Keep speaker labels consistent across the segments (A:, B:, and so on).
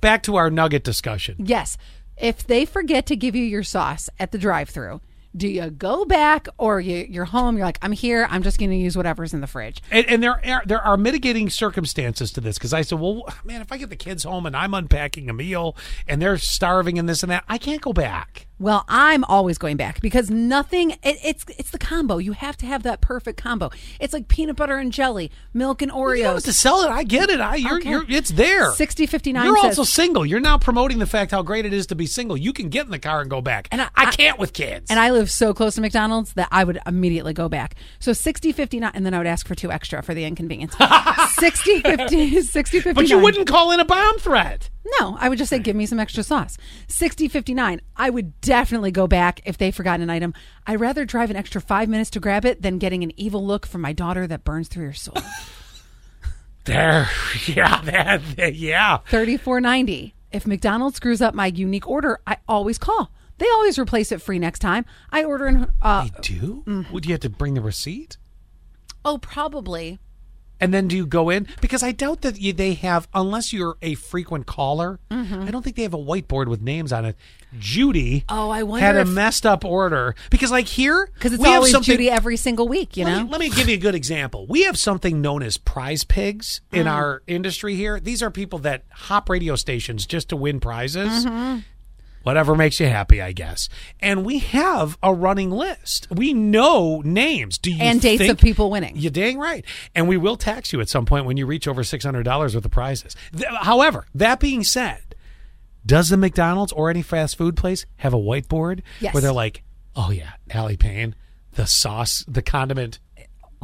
A: back to our nugget discussion.
B: Yes. If they forget to give you your sauce at the drive through, do you go back or you, you're home? You're like, I'm here. I'm just going to use whatever's in the fridge.
A: And, and there are, there are mitigating circumstances to this because I said, well, man, if I get the kids home and I'm unpacking a meal and they're starving and this and that, I can't go back.
B: Well, I'm always going back because nothing. It, it's it's the combo. You have to have that perfect combo. It's like peanut butter and jelly, milk and
A: You don't have
B: Oreos.
A: to sell it. I get it. I you're,
B: Okay.
A: you're it's there.
B: 6059
A: You're
B: says-
A: also single. You're now promoting the fact how great it is to be single. You can get in the car and go back.
B: And I-
A: can't with kids.
B: And I live so close to McDonald's that I would immediately go back. So 60, 59, and then I would ask for two extra for the inconvenience. 60, 50, 60, 59.
A: but you wouldn't call in a bomb threat.
B: No, I would just say, give me some extra sauce. 60, 59. I would definitely go back if they forgot an item. I'd rather drive an extra five minutes to grab it than getting an evil look from my daughter that burns through your soul.
A: There, yeah, that, that- yeah.
B: 34.90. If McDonald's screws up my unique order, I always call. They always replace it free next time. I order an uh,
A: Do would you have to bring the receipt?
B: oh probably
A: And then do you go in? Because I doubt that you, they have, unless you're a frequent caller.
B: Mm-hmm.
A: I don't think they have a whiteboard with names on it. Judy.
B: Oh, I wonder
A: had a
B: if-
A: messed up order because, like here,
B: because it's
A: we have
B: always
A: something-
B: Judy every single week. You know.
A: Let me, let me give you a good example. We have something known as prize pigs in
B: Mm.
A: our industry here. These are people that hop radio stations just to win prizes.
B: Mm-hmm.
A: Whatever makes you happy, I guess. And we have a running list. We know names. Do you
B: and dates
A: think-
B: of people winning.
A: You're dang right. And we will tax you at some point when you reach over $600 worth of prizes. Th- however, that being said, does the McDonald's or any fast food place have a whiteboard
B: Yes.
A: where they're like, oh, yeah, Allie Payne, the sauce, the condiment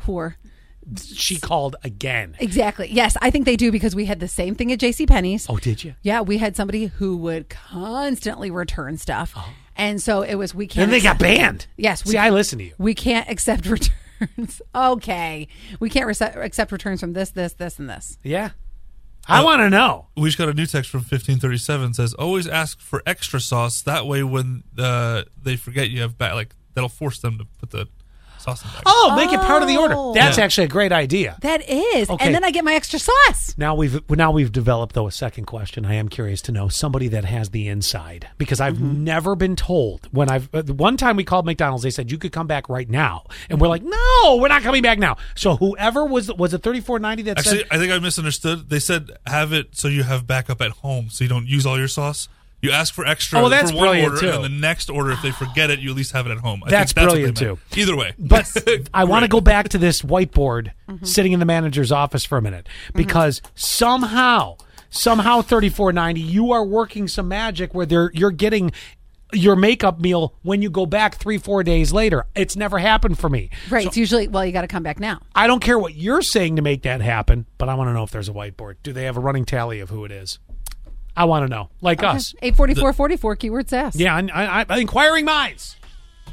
B: Whore.
A: she called again.
B: Exactly. Yes, I think they do because we had the same thing at J.C. Penney's.
A: Oh, did you?
B: Yeah, we had somebody who would constantly return stuff, and so it was we can't.
A: Oh. Then they got
B: accept-
A: banned.
B: Yes, we-
A: See, I listen to you.
B: We can't accept returns. okay, we can't rece- accept returns from this, this, this, and this.
A: Yeah.
B: Oh.
A: I want to know.
C: We just got a new text from 1537 says, always ask for extra sauce. That way, when uh, they forget you have back, like, that'll force them to put the sauce in the bag.
A: Oh, make it part of the order.
B: Oh.
A: That's
C: Yeah.
A: actually a great idea.
B: That is,
A: Okay.
B: and then I get my extra sauce.
A: Now we've now we've developed though a second question. I am curious to know somebody that has the inside because I've never been told when I've uh, the one time we called McDonald's they said you could come back right now and we're like no we're not coming back now. So whoever was was it thirty four ninety that
C: Actually,
A: said
C: I think I misunderstood. They said have it so you have backup at home, so you don't use all your sauce. You ask for extra
A: Oh, well, that's
C: for one
A: brilliant,
C: order,
A: too.
C: and then the next order, if they forget it, you at least have it at home. I
A: That's
C: think
A: brilliant,
C: what they meant. Either way,
A: But I want to go back to this whiteboard sitting in the manager's office for a minute because somehow, somehow, thirty four ninety, you are working some magic where they're, you're getting your makeup meal when you go back three four days later. It's never happened for me.
B: Right. it's usually well, you got to come back now.
A: I don't care what you're saying to make that happen, but I want to know if there's a whiteboard. Do they have a running tally of who it is? I want to know, like us.
B: Eight forty four forty four keyword sass.
A: Yeah, I, I, I, inquiring minds.